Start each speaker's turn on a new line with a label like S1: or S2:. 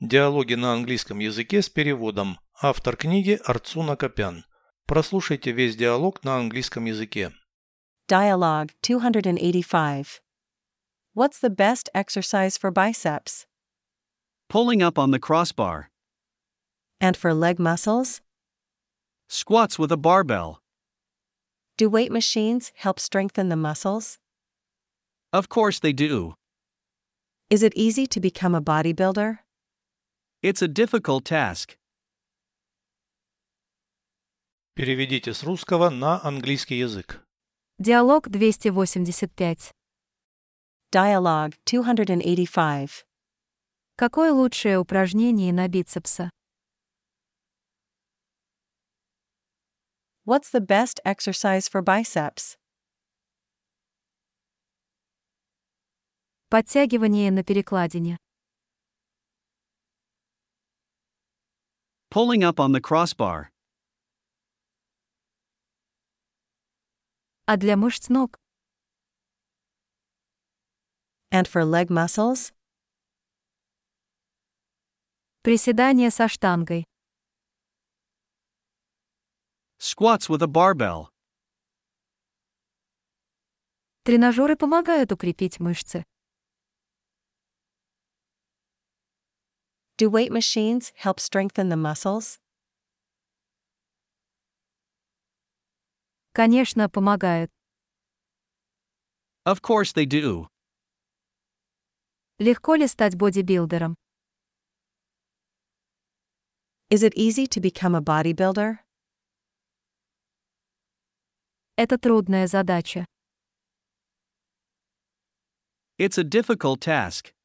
S1: Диалоги на английском языке с переводом. Автор книги Арцуна Копян. Прослушайте весь диалог на английском языке.
S2: Dialogue 285. What's the best exercise for biceps?
S3: Pulling up on the crossbar.
S2: And for leg muscles?
S3: Squats with a barbell.
S2: Do weight machines help strengthen the muscles?
S3: Of course they do.
S2: Is it easy to become a bodybuilder?
S3: It's a difficult task.
S1: Переведите с русского на английский язык.
S4: Диалог 285.
S2: Dialogue 285.
S4: Какое лучшее упражнение на бицепса?
S2: What's the best exercise for biceps?
S4: Подтягивание на перекладине.
S3: Pulling up on the crossbar.
S4: А для мышц ног?
S2: And for leg muscles?
S4: Приседание со штангой.
S3: Squats with a barbell.
S4: Тренажеры помогают укрепить мышцы.
S2: Do weight machines help strengthen the muscles?
S4: Конечно, помогают.
S3: Of course they do.
S4: Легко ли стать бодибилдером?
S2: Is it easy to become a bodybuilder?
S4: Это трудная задача.
S3: It's a difficult task.